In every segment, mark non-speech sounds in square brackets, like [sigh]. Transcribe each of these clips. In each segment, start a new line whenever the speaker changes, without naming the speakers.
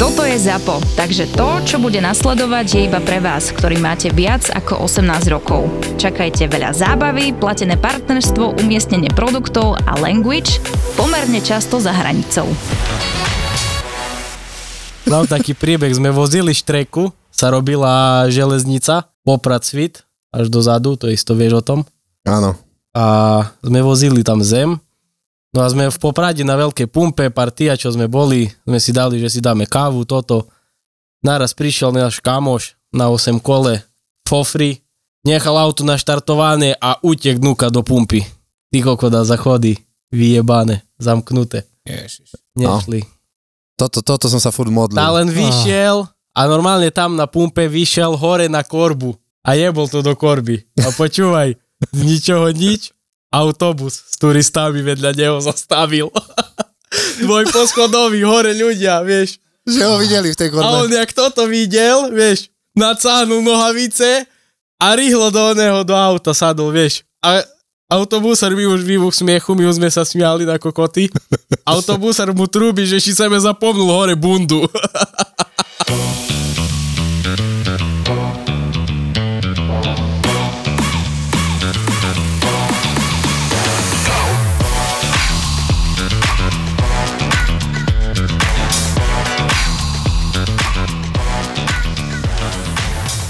Toto je ZAPO, takže to, čo bude nasledovať, je iba pre vás, ktorý máte viac ako 18 rokov. Čakajte veľa zábavy, platené partnerstvo, umiestnenie produktov a language pomerne často za hranicou.
Mám taký príbeh, sme vozili štreku, sa robila železnica, poprad svit, až dozadu, to isto vieš o tom.
Áno.
A sme vozili tam zem, No a sme v Poprade na veľkej pumpe, partia, čo sme boli, sme si dali, že si dáme kávu, toto. Naraz prišiel náš kamoš na 8 kole, fofri, nechal auto naštartované a utiek nuka do pumpy. Ty kokoda zachodí, vyjebané, zamknuté.
Ježiš.
Nešli.
Toto, toto som sa furt modlil.
Tá len vyšiel a normálne tam na pumpe vyšiel hore na korbu a jebol to do korby. A počúvaj, z ničoho nič, autobus s turistami vedľa neho zastavil. [laughs] Dvoj poschodový, hore ľudia, vieš.
Že ho videli v tej korbe.
A on, jak toto videl, vieš, nacáhnul nohavice a rýchlo do oného do auta sadol, vieš. A autobusar mi už výbuch smiechu, my už sme sa smiali na [laughs] kokoty. Autobusar mu trúbi, že si sebe zapomnul hore bundu.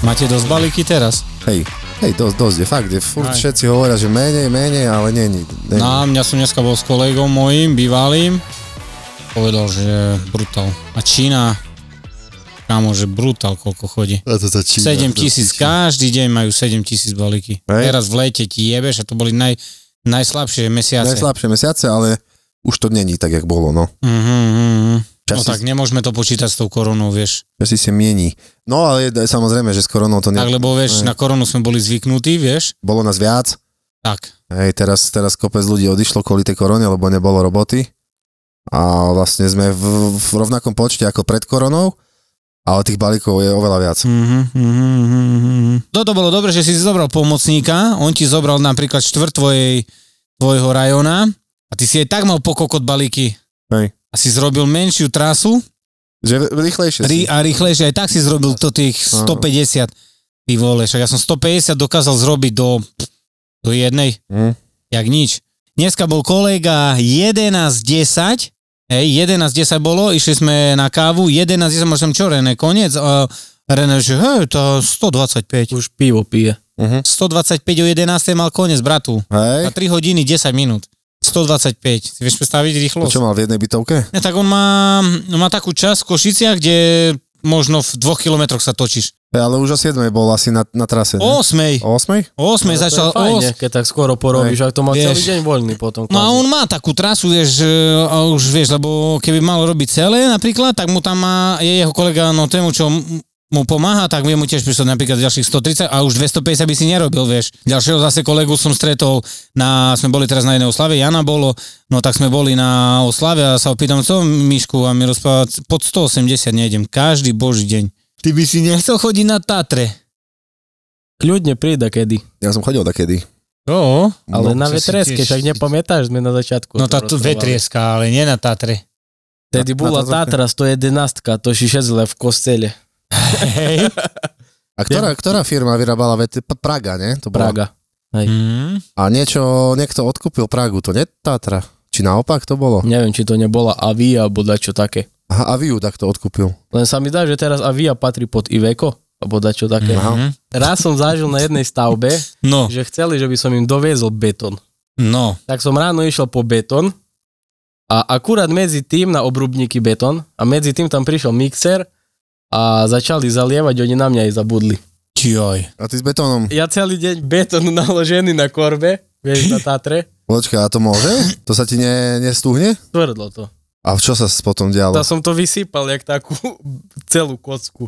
Máte dosť balíky teraz?
Hej, hej, dosť, dosť, je fakt, je furt
Aj.
všetci hovoria, že menej, menej, ale není. není.
No, mňa som dneska bol s kolegom mojím, bývalým. Povedal, že brutál. A Čína, kámo, že brutál, koľko chodí.
A to začína.
7 tisíc, každý deň majú 7 tisíc balíky.
Hej.
Teraz v lete ti jebeš a to boli naj, najslabšie mesiace.
Najslabšie mesiace, ale už to není tak, jak bolo, no.
Mhm, mhm. No
Časy,
tak nemôžeme to počítať s tou koronou, vieš.
časy si mieni. No ale je, samozrejme, že s koronou to ne...
Tak lebo vieš,
Hej.
na koronu sme boli zvyknutí, vieš.
Bolo nás viac.
Tak.
Hej, teraz, teraz kopec ľudí odišlo kvôli tej korone, lebo nebolo roboty. A vlastne sme v, v rovnakom počte ako pred koronou, ale tých balíkov je oveľa viac.
Mhm, mhm, mhm, mhm. Toto bolo dobre, že si si zobral pomocníka, on ti zobral napríklad štvrt tvojej, tvojho rajona a ty si aj tak mal pokokot balíky.
Hej.
A si zrobil menšiu trasu
Že rýchlejšie
ri,
si.
a rýchlejšie, aj tak si zrobil to tých 150. Ty vole, však ja som 150 dokázal zrobiť do, do jednej,
Hm.
jak nič. Dneska bol kolega 11.10, hej, 11.10 bolo, išli sme na kávu, 11.10, možno čo, René, koniec, a René, že hej, to 125.
Už pivo pije.
125 o 11. mal koniec, bratu.
Hej,
Na 3 hodiny 10 minút. 125. Si vieš predstaviť
to
rýchlosť?
čo mal v jednej bytovke?
Ja, tak on má, má takú časť v Košiciach, kde možno v dvoch kilometroch sa točíš.
Hej, E, Ale už o 7 bol asi na, na trase. ne?
O 8.
O 8?
O 8
No, To je
začal.
fajne,
os-
keď tak skoro porobíš, ak to má
Vieš.
celý deň voľný potom.
No a
kvázi.
on má takú trasu, vieš, e, a už vieš, lebo keby mal robiť celé napríklad, tak mu tam má, je jeho kolega, no tému, čo m- mu pomáha, tak vie mu tiež písať napríklad ďalších 130 a už 250 by si nerobil, vieš. Ďalšieho zase kolegu som stretol na, sme boli teraz na jednej oslave, Jana bolo, no tak sme boli na oslave a sa opýtam, co Mišku a mi rozpráva, pod 180 nejdem, každý boží deň. Ty by si nechcel chodiť na Tatre.
Kľudne príde kedy.
Ja som chodil takedy.
Jo.
Ale
No,
na
to si
vetrieske,
tiež-
však nepamätáš, sme na začiatku.
No
to
tá tu
rozprávali.
vetrieska, ale nie na Tatre.
Tedy
Na-
bola
na to-
Tatra 111, to si šedzle v kostele.
Hej.
a ktorá, ktorá firma vyrábala vety? P- Praga, ne? To bola.
Praga.
[laughs] Mm.
A niečo, niekto odkúpil Pragu, to nie Tatra. Či naopak to bolo?
Neviem, či to nebola Avia, alebo dačo také.
Aha, a Viu tak to odkúpil.
Len sa mi dá, že teraz Avia patrí pod Iveco, alebo dačo také.
Aha.
Mhm.
Raz som zažil na jednej
[laughs]
stavbe,
No,
že chceli, že by som im doviezol betón.
no.
Tak som ráno išiel po betón a akurát medzi tým na obrubníky betón a medzi tým tam prišiel mixer a začali zalievať, oni na mňa aj zabudli.
Joj.
A ty s betónom.
Ja celý deň betón naložený na korbe, vieš, na Tatre,
Počkaj, a to môže? To sa ti ne, nestúhne?
tvrdlo to.
A čo sa s- potom dialo?
Ja som to vysypal, jak takú [laughs] celú kocku.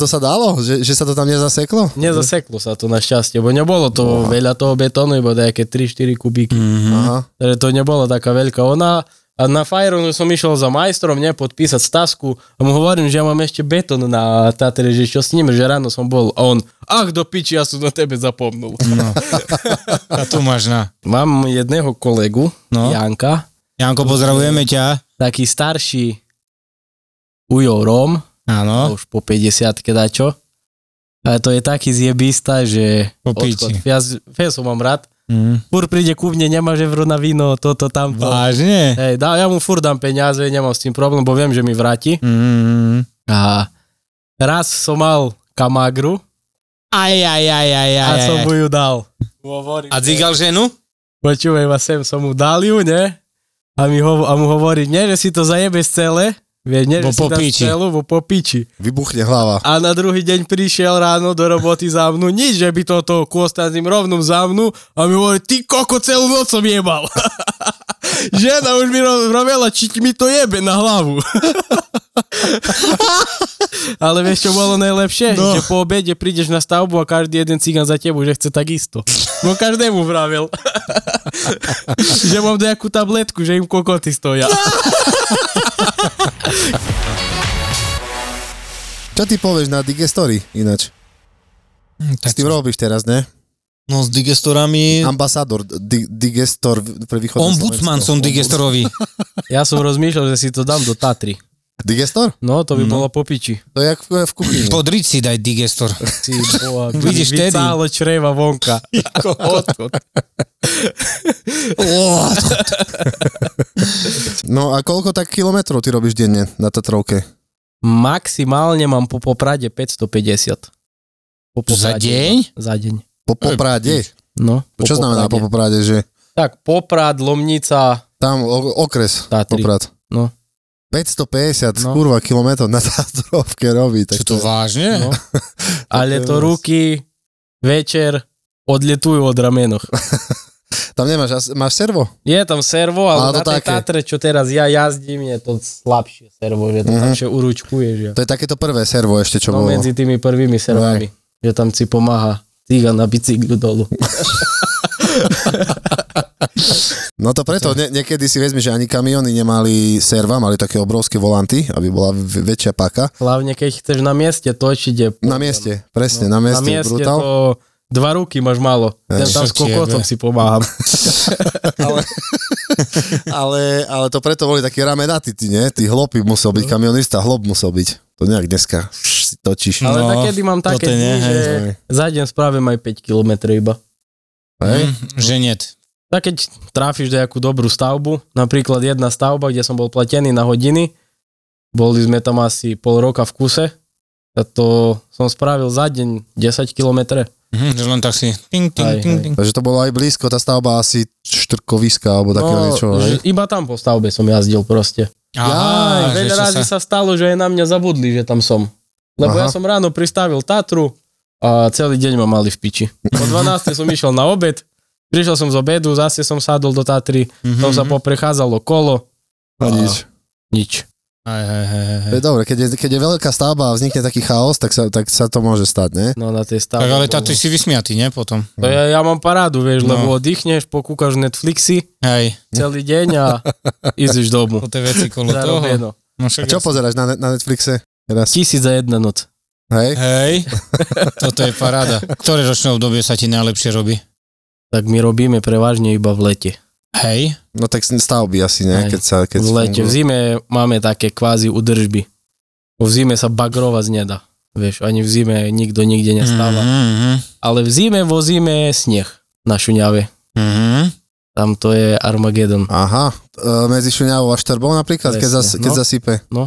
To sa dalo? Že, že sa to tam nezaseklo?
Nezaseklo sa to našťastie, bo nebolo to veľa toho betónu, iba nejaké 3-4 kubíky.
Aha.
Takže to nebola taká veľká ona. A na Fajronu som išiel za majstrom, ne, podpísať stasku a mu hovorím, že ja mám ešte betón na Tatre, že čo s ním, že ráno som bol a on, ach do piči, ja som na tebe zapomnul.
No. [laughs] A tu máš na.
Mám jedného kolegu,
No.
Janka,
Janko, pozdravujeme ťa.
taký starší Ujo Róm,
Áno.
už po 50 dačo. A to je taký zjebista, že
Po piči.
odchod. Ja, z- Feso mám rád.
Mm.
Fur príde ku mne, nemá euro na víno, toto, tamto.
Vážne?
Hej, dá, ja mu fur dám peniaze, nemám s tým problém, bo viem, že mi vráti.
Mm.
A raz som mal kamagru
Aj, aj, aj, aj, aj,
a
aj,
som
aj.
mu ju dal.
A dzigal ženu?
Počúvaj ma sem, som mu dal ju, ne? A, mi ho, a mu hovorí, nie, že si to zajebe z celé, vie, nie, že
Bo
si dáš
popíči.
celú, bo popíči.
Vybuchne hlava.
A na druhý deň prišiel ráno do roboty za mnou, nič, že by toto kôstazným rovnom za mnou a mi hovorí, ty koko, celú noc som jebal. [laughs] Žena už mi ro- robila, či ti mi to jebe na hlavu. [laughs] Ale vieš, čo bolo najlepšie? No.
No.
Že po obede prídeš na stavbu a každý jeden cigán za tebou, že chce takisto. No každému vravil. [laughs] že mám nejakú tabletku, že im kokoty stoja.
Čo ty povieš na Digestory ináč?
Hm,
S tým robíš teraz, ne?
No s digestorami...
Ambasádor, di, Digestor v- pre východné
Ombudsman
Slovensko.
som digestorovi.
Ja som rozmýšľal, že si to dám do Tatry.
Digestor?
No, to by no. bolo po piči.
To je jak v, v kuchyni.
Podriť si daj digestor.
Ty boha,
Vidíš, Teddy?
Vycálo čreva vonka. Odchod.
No a koľko tak kilometrov ty robíš denne na Tatrovke?
Maximálne mám po Poprade 550. Po
Za deň?
Za deň.
Po Poprade?
No, E, po
Čo znamená po
Poprade.
Poprade, že
Tak, Poprad, Lomnica,
tam o- okres
Tatry.
Poprad?
No.
550
No.
kurva kilometrov na [laughs] Tatrovke robí. Tak
Čo to vážne?
No. ale
je
to
vás.
ruky večer odletujú od ramenoch.
Tam nemáš, as- máš servo?
Je tam servo,
Ale to
ale, na tej
také.
Tatre, čo teraz ja jazdím, je to slabšie servo, že to
Mhm.
tam ešte uručkuješ. Ja.
To je takéto prvé servo ešte, čo
No
bolo.
medzi tými prvými servami, že tam si pomáha cigan na bicyklu dolu.
No to preto, nie, niekedy si vezmi, že ani kamiony nemali serva, mali také obrovské volanty, aby bola v- väčšia paka.
Hlavne keď chceš na mieste točiť, je
Na mieste, presne, na mieste,
No, na mieste
brutál.
to dva ruky máš málo. Ja tam s
Čo ti jebe?
kokotom si pomáham.
Ale, ale to preto boli takí ramenatí, ty, nie? Ty hlopy musel byť, kamionista hlob musel byť. To nejak dneska si točíš.
Ale
No,
takedy mám také
toto nie,
dni,
hej.
že za deň spravím aj 5 km iba.
Hej?
Hm, Že niet.
Tak keď tráfiš nejakú dobrú stavbu, napríklad jedna stavba, kde som bol platený na hodiny, boli sme tam asi pol roka v kuse, a to som spravil za deň 10 km.
Mhm, Že len tak si... Ting, ting,
Aj,
ting,
aj.
ting.
Takže to bolo aj blízko, tá stavba asi štrkoviska alebo také no, niečo. Hej?
iba tam po stavbe som jazdil proste. Aj,
Aha, že
veľa razy
čo
sa... stalo, že aj na mňa zabudli, že tam som. Lebo ja
Aha.
som ráno pristavil Tatru a celý deň ma mali v piči. Po 12 som išiel na obed, prišiel som z obedu, zase som sadol do Tatry,
Mhm,
tam sa
mhm.
poprechádzalo kolo,
No, nič.
nič.
Aj, aj, aj, aj,
To
aj.
je dobre, keď je, keď je veľká stavba a vznikne taký chaos, tak sa, tak sa to môže stať, ne?
No na tej
Tak
stavbe.
ale
bolo.
tá, ty si vysmiatý, ne, potom?
To ja, ja mám parádu, vieš, no.
No.
lebo oddychneš, pokúkaš Netflixy
Hej,
celý deň a ideš domu.
to tie veci kolo toho.
Zarobeno.
A
No, však
čo
jasne.
pozeráš na, na Netflixe teraz?
Tisíc za jedna noc.
Hej?
Hej, [laughs] toto je paráda. Ktoré ročné obdobie sa ti najlepšie robí?
Tak my robíme prevažne iba v lete.
Hej,
No tak stavby asi, ne?
Hej.
Keď sa, keď
v lete. V
fungujú.
zime máme také kvázi udržby. V zime sa bagrovať nedá. Vieš, ani v zime nikto nikde nestáva.
Mhm, mhm,
Ale v zime, vo zime je sneh na Šuňave.
mhm.
Tam to je Armagedon.
Aha, e, medzi Šuňavou a Štrbou napríklad, keď, zas,
Presne,
keď
no.
zasype.
No.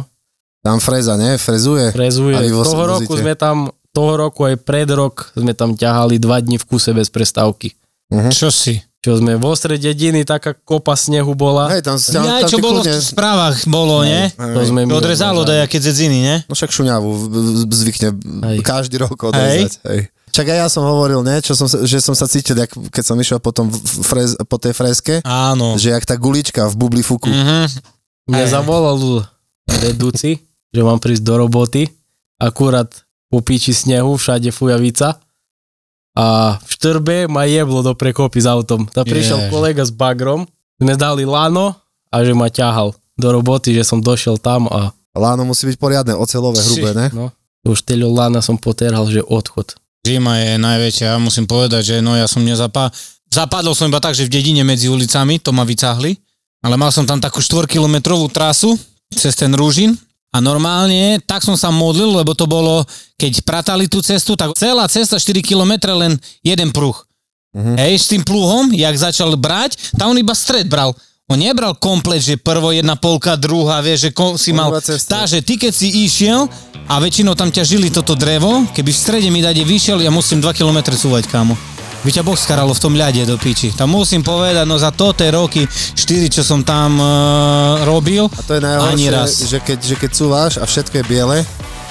Tam freza, ne? Frezuje.
Prezuje.
A vy vo-
Toho roku
vozíte?
sme tam, toho roku aj pred rok sme tam ťahali dva dni v kuse bez prestávky.
Mhm.
Čo si?
Čo sme vo stred dediny, taká kopa snehu bola.
Hej, tam, tam,
Ja,
tam
čo
ty
bolo v
kľudne-
správach, bolo, ne?
To sme my
Odrezalo
odrežali.
dajaké dzedziny, ne?
No však šuňavu v- v- zvykne hej.
Hej.
každý rok odrezať. Hej. Čak aj ja som hovoril, ne, čo som, sa- že som sa cítil, jak, keď som išiel potom v- v frez, po tej freske,
Áno.
že jak tá gulička v bubli fuku.
Mhm.
Mňa
Hej.
zavolal vedúci, že mám prísť do roboty. Akurát po piči snehu, všade fujavica. A v štrbe ma jeblo do prekopy s autom. Tá prišiel
Ježiš.
kolega s bagrom, sme dali lano a že ma ťahal do roboty, že som došiel tam a
Láno musí byť poriadne, ocelové,
Si-
hrubé, ne?
no, už teľo lana som poterhal, že odchod.
Zima je najväčšia, ja musím povedať, že no ja som nezapá... Zapadol som iba tak, že v dedine medzi ulicami, to ma vycahli, ale mal som tam takú štvorkilometrovú trasu cez ten rúžin A normálne, tak som sa modlil, lebo to bolo, keď pratali tú cestu, tak celá cesta 4 km len jeden pruh. Uh-huh.
Mhm.
Hej, s tým pluhom, jak začal brať, tam on iba stred bral. On nebral komplet, že prvo jedna polka, druhá, vieš, že kom, si mal...
iba cestu.
Takže ty, keď si išiel a väčšinou tam ťa žili toto drevo, keby v strede mi dade vyšiel, ja musím 2 km cúvať, kámo. By ťa Boh skaralo v tom ľade do piči. Tam musím povedať, no za toté roky, 4, čo som tam uh, robil,
A to je najhoršie,
ani raz.
že keď, že keď cúvaš a všetko je biele,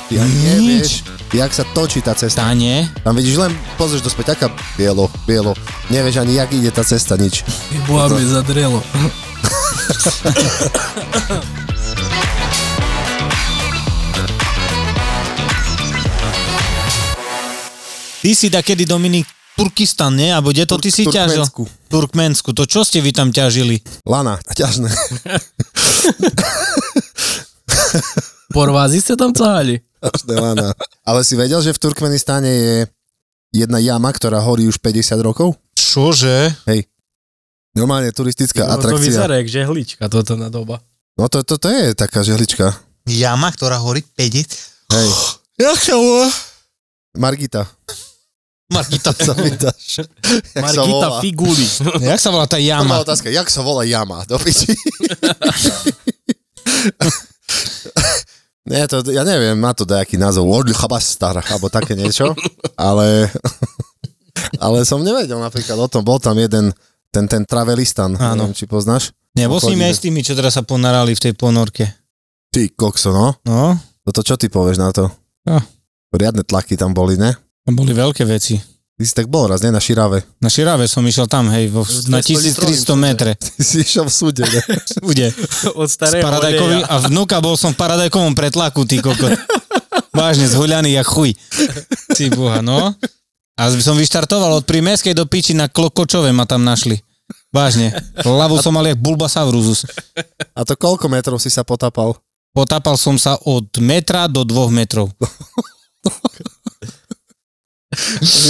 ty ani
Nič.
nevieš, jak sa točí tá cesta.
Tane,
Tam vidíš len, pozrieš dospäť, aká bielo, bielo. Nevieš ani, jak ide tá cesta, nič.
Boha me zadrelo.
ty si da kedy Dominik Turkistan, nie? Alebo kde to ty si ťažil?
Turkmensku.
Turkmensku. To čo ste vy tam ťažili?
Lana, ťažné.
Porvázi ste tam cahali?
ťažné lana. Ale si vedel, že v Turkmenistáne je jedna jama, ktorá horí už 50 rokov?
Čože?
Normálne turistická
No, To
atrakcia.
vyzerá jak žehlička toto na doba.
No to, to, to je taká žehlička.
Jama, ktorá horí 50.
Hej.
Jak sa volá?
Margita.
Margita.
Sa
[laughs]
pýtaš. Jak sa volá?
Margita
[laughs]
Figuli.
[laughs] Jak sa volá tá
Prvá
jama?
otázka, jak sa volá jama? Do piči. [laughs] Nie, to, ja neviem, má to nejaký názov, World Chabastar, alebo také niečo, ale, [laughs] ale som nevedel napríklad o tom, bol tam jeden, ten, ten Travelistan,
Áno.
neviem, či poznáš?
Nebol s nimi aj s tými, čo teraz sa ponarali v tej ponorke.
Ty kokso, no,
No,
toto čo ty povieš na to?
Ja.
Riadne tlaky tam boli, ne?
tam boli veľké veci.
Ty si tak bol raz, ne, na Širave. [laughs]
Na Širave som išiel tam, hej, vo, na 1300 metre.
Ty si išiel v súde, ne?
Bude.
Od
Z
starého
paradajkový,
Paradajkovi.
a vnuka bol som v paradajkovom pretlaku, ty koko. Vážne, zhuľaný jak chuj. Ty boha, no. A som vyštartoval od Primeskej do Piči na Klokočove ma tam našli. Vážne. Hlavu som mal jak Bulbasaurusus.
A to koľko metrov si sa potapal?
Potápal som sa od metra do dvoch metrov.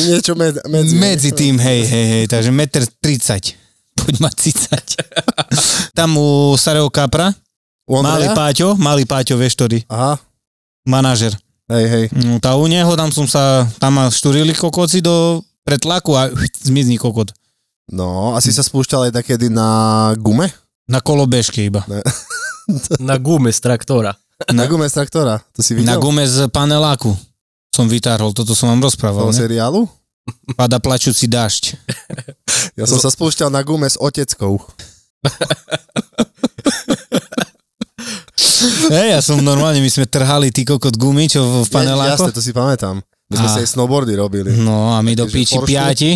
Niečo med, medzi.
Medzi tým, hej, hej, hej, takže meter 30. [laughs] Poď ma cicať. Tam u starého kapra,
U
malý
Ondreja?
Páťo, malý Páťo, vieš ktorý,
Aha,
manažer.
hej, hej.
No tá u neho, tam som sa, tam ma štúrili kokoci do pretlaku a [laughs] zmizni kokot.
No, asi sa spúšťal aj takedy na gume?
Na kolobežke iba.
Na gume z traktora.
Na,
Na-
gume z traktora, to si
No. Na
videl?
gume z paneláku som vytárhol, toto som vám
toho
rozprával. Ne?
seriálu?
Pada plačúci dažď.
Ja som sa spúšťal na gume s oteckou.
[laughs] Hej, ja som normálne, my sme trhali ty kokot gumy, čo v- v
Jasne,
paneláku.
to si pamätám. My sme si
Á.
aj snowboardy robili.
No a my do
Takže
píči
Porsche?
piati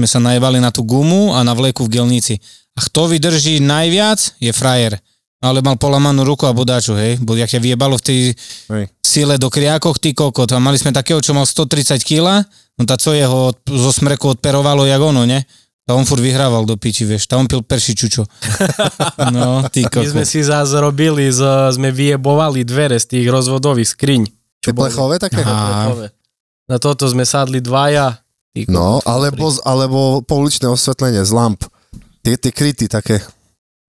sme sa najebali na tú gumu a na vleku v gelnici. A kto vydrží najviac, je frajer. No, Ale mal polamanú ruku a bodáču, hej. Bo jak ťa vyjebalo v tej
Hej.
sile do kriakoch, ty kokot. A mali sme takého, čo mal 130 kg, no tá co jeho od- zo smreku odperovalo, jak ono, ne? A on furt vyhrával do piči, vieš. Tá on pil perši
[laughs]
čučo. No, ty
My sme
kokot.
si zás robili, z, sme vyjebovali dvere z tých rozvodových skriň.
Tie plechové také?
[laughs] Aha. Á.
Na toto sme sadli dvaja. Ty
No,
kokos,
alebo, z- alebo pouličné osvetlenie z lamp. Tie, tie kryty také.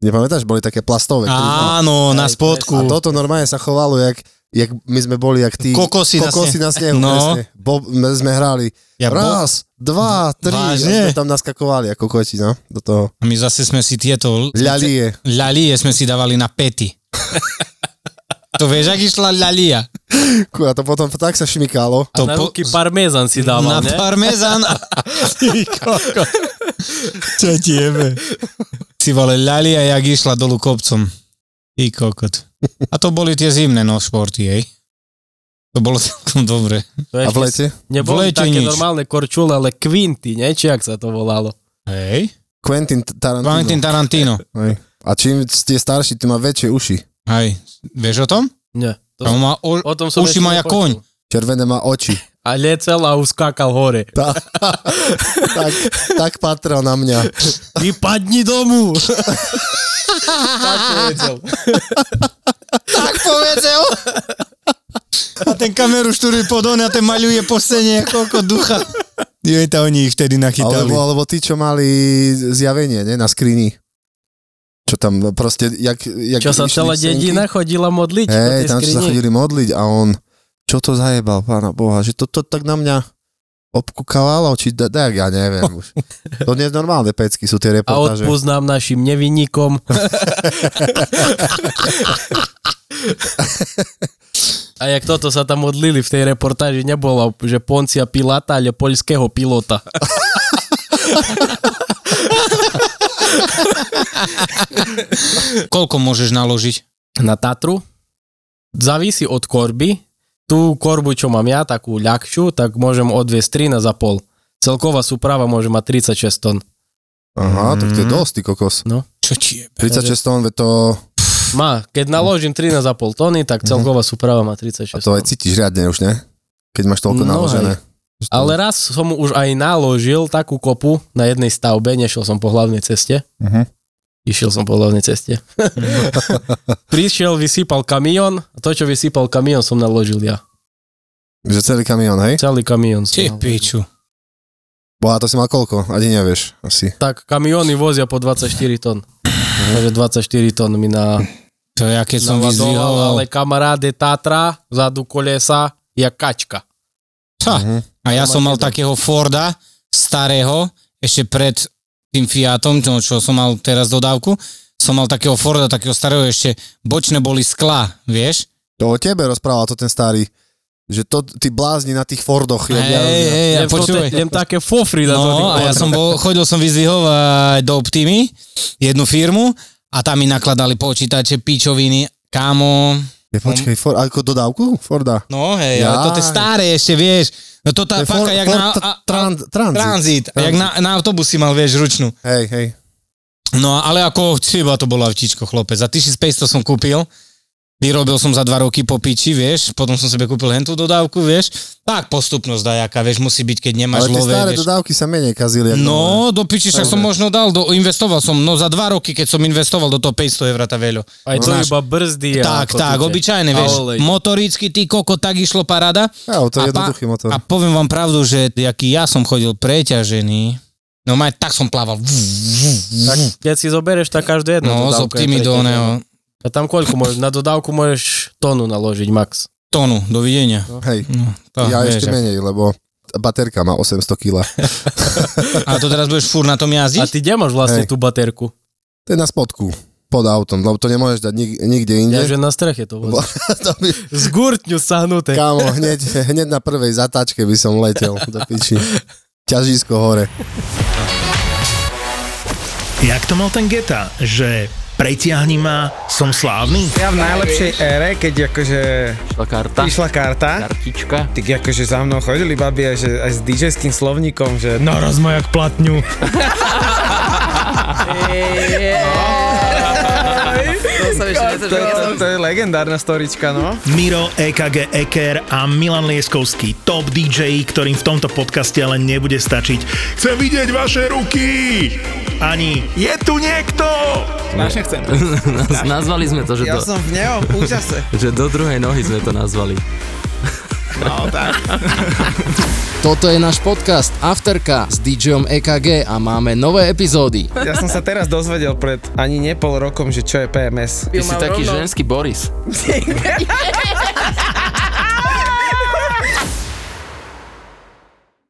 Nepamätáš, boli také plastové. kryty.
Áno, na
Aj,
spodku.
A toto normálne sa chovalo, jak, jak my sme boli, jak tí...
Kokosy na
kokosy na snehu.
No.
presne. Bo, my sme hrali
Ja bol-
raz, dva, tri. a
Vážne?
sme tam naskakovali ako koti, no, do toho.
A my zase sme si tieto...
Ľalie.
Ľalie sme si dávali na
[laughs]
pety. to vieš, ak išla ľalia?
Kurva, to potom tak sa šmykalo.
A
To
na
po-
ruky parmezan si dával,
na
ne? [laughs]
parmezán. a- Ty koko. [laughs] Čo ti jebe? Si vole ľalia, jak išla dolu kopcom. Ty kokot. A to boli tie zimné no športy, hej? To bolo celkom dobre.
To
A v
ešte
lete?
Neboli
V lete
také
nič.
normálne korčule, ale kvinty, nie? Či jak sa to volalo.
Hej?
Quentin T- Tarantino.
Valentín Tarantino.
Hej. A čím ste starší, tým má väčšie uši.
Hej. Vieš o tom?
Nie. To
Tam
som,
má o...
o tom som
uši
ešte
má jak
nepočul.
koň.
Červené má oči.
A liecel a uskákal hore.
[laughs] Tá, tak, tak patril na mňa.
Vypadni
[laughs]
domu! tak povedal.
tak povedal. A ten kameru štúri pod on a ten maľuje po scéne koľko ducha. Je to oni ich vtedy nachytali.
Alebo, alebo tí, čo mali zjavenie, ne, na skrini. čo tam, no proste, jak, jak
Čo sa
išli
celá
vstenky.
dedina chodila modliť do tej
Hej, tam sa
skrini.
chodili modliť a on, čo to zajebal, pána Boha, že to, to tak na mňa obkúkavalo, či da, da, ja neviem už. To dnes normálne pecky sú
A
tie reportáže.
odpúznám našim
[laughs]
nevinníkom. A jak toto sa tam modlili v tej reportáži, nebolo, že Poncia Pilata, ale poľského pilota.
Koľko môžeš naložiť?
Na Tatru? Závisí od korby. Tú korbu, čo mám ja, takú ľahšiu, tak môžem odviesť 13 za pol. Celková súprava môže mať 36 tón.
Aha, tak
Mhm.
to je dosť, ty kokos.
Čo ti jebe?
36 tón, veď to,
Má, keď naložím 13,5 tóny, tak celková súprava má
Mhm. a
36
to aj
tón.
cítiš riadne už, ne? Keď máš toľko
No,
naložené. Že to-
Ale raz som už aj naložil takú kopu na jednej stavbe, nešiel som po hlavnej ceste.
Mhm.
Išiel som po hlavnej
[laughs]
ceste. Prišiel, vysypal kamión a to, čo vysypal kamión, som naložil ja.
Že celý kamión, hej?
Celý kamión som
Ty
naložil.
piču.
Boha, to si mal koľko? Ani nevieš, asi.
Tak kamióny vozia po 24 tón. Takže 24 tón mi na,
To ja keď som
navadoval, ale
vyzdvihoval.
kamaráde Tatra, zadu kolesa, ja kačka.
Ha,
Mhm.
A ja
To
som
máš
mal
jeden.
takého Forda, starého, ešte pred tým Fiatom, čo, čo som mal teraz dodávku, som mal takého Forda, takého starého, ešte bočné boli skla, vieš?
To o tebe rozprával to ten starý, že to ty blázni na tých Fordoch. jak ja-
Hej, hej, ja
Jem to-
počúvaj.
Jem také fofry na to.
No, a ja som bol, chodil som vyzvihovať do Optimy, jednu firmu, a tam mi nakladali počítače, pičoviny, kámo.
Ja, počkaj, Ford, ako dodávku Forda?
No hej, ale to
Jaj.
je staré ešte, vieš. No to tá
To je
faka,
Ford-
jak
Ford
na...
tra-
A, a,
tran- tranzit.
tranzit. A jak na, na autobusy mal, vieš, ručnú.
Hej, hej.
No ale ako chyba to bola vtičko, chlopec. Za 1500 som kúpil, vyrobil som za dva roky po piči, vieš, potom som sebe kúpil hentú dodávku, vieš. Tak postupnosť dajaká, vieš, musí byť, keď
Ale
nemáš
tie
love,
staré
vieš.
dodávky sa menej kazili. ako nové.
No, do piči však som možno dal, do, investoval som, no za dva roky, keď som investoval do toho 500 eur, tá veľo.
Aj to
Znáš.
iba brzdy. a
tak,
ako
tak,
tuče.
obyčajne,
A
vieš,
olej.
motoricky, ty koko, tak išlo parada.
Ja, to je
A pa-
jednoduchý motor.
A poviem vám pravdu, že aký ja som chodil preťažený, no maj, tak som plával.
Tak, keď si zoberieš, tak každé jedno.
No, z
dodávka je
optimy do
preťažená.
oného.
A tam koľko môžeš? Na dodávku môžeš tónu naložiť max.
Tonu, dovidenia.
Hej,
No, to,
ja
vieš,
ešte
ako-
menej, lebo baterka má 800 kg.
A to teraz budeš fúr na tom
A
jazdiť?
ty kde máš vlastne
Hej.
tú baterku?
To je na spodku, pod autom, lebo to nemôžeš dať nik- nikde inde.
Ja že na streche to bolo.
[laughs] Bo- to by,
Z gurtňu sahnuté.
kámo, hneď, hneď na prvej zatáčke by som letel do piči. Ťažisko hore.
Jak to mal ten Geta, že pretiahni ma, som slávny?
Ja v najlepšej ére, keď akože
Tá karta,
išla karta,
kartička.
tak akože za mnou chodili babi aj, že, aj s DJ-ským slovníkom, že no.
Naraz ma jak platňu.
To sa ešte
To je, to, to je legendárna storička, no.
Miro, EKG Eker a Milan Lieskovský, top DJ, ktorým v tomto podcaste ale nebude stačiť. Chcem vidieť vaše ruky! Ani je tu niekto!
Vážne chcem.
Nazvali sme to, že, do,
Ja som v neom, úžase.
že do druhej nohy sme to nazvali.
Toto je náš podcast Afterka s DJom EKG a máme nové epizódy.
Ja som sa teraz dozvedel pred ani nepol rokom, že čo je PMS.
Ty si taký ženský Boris.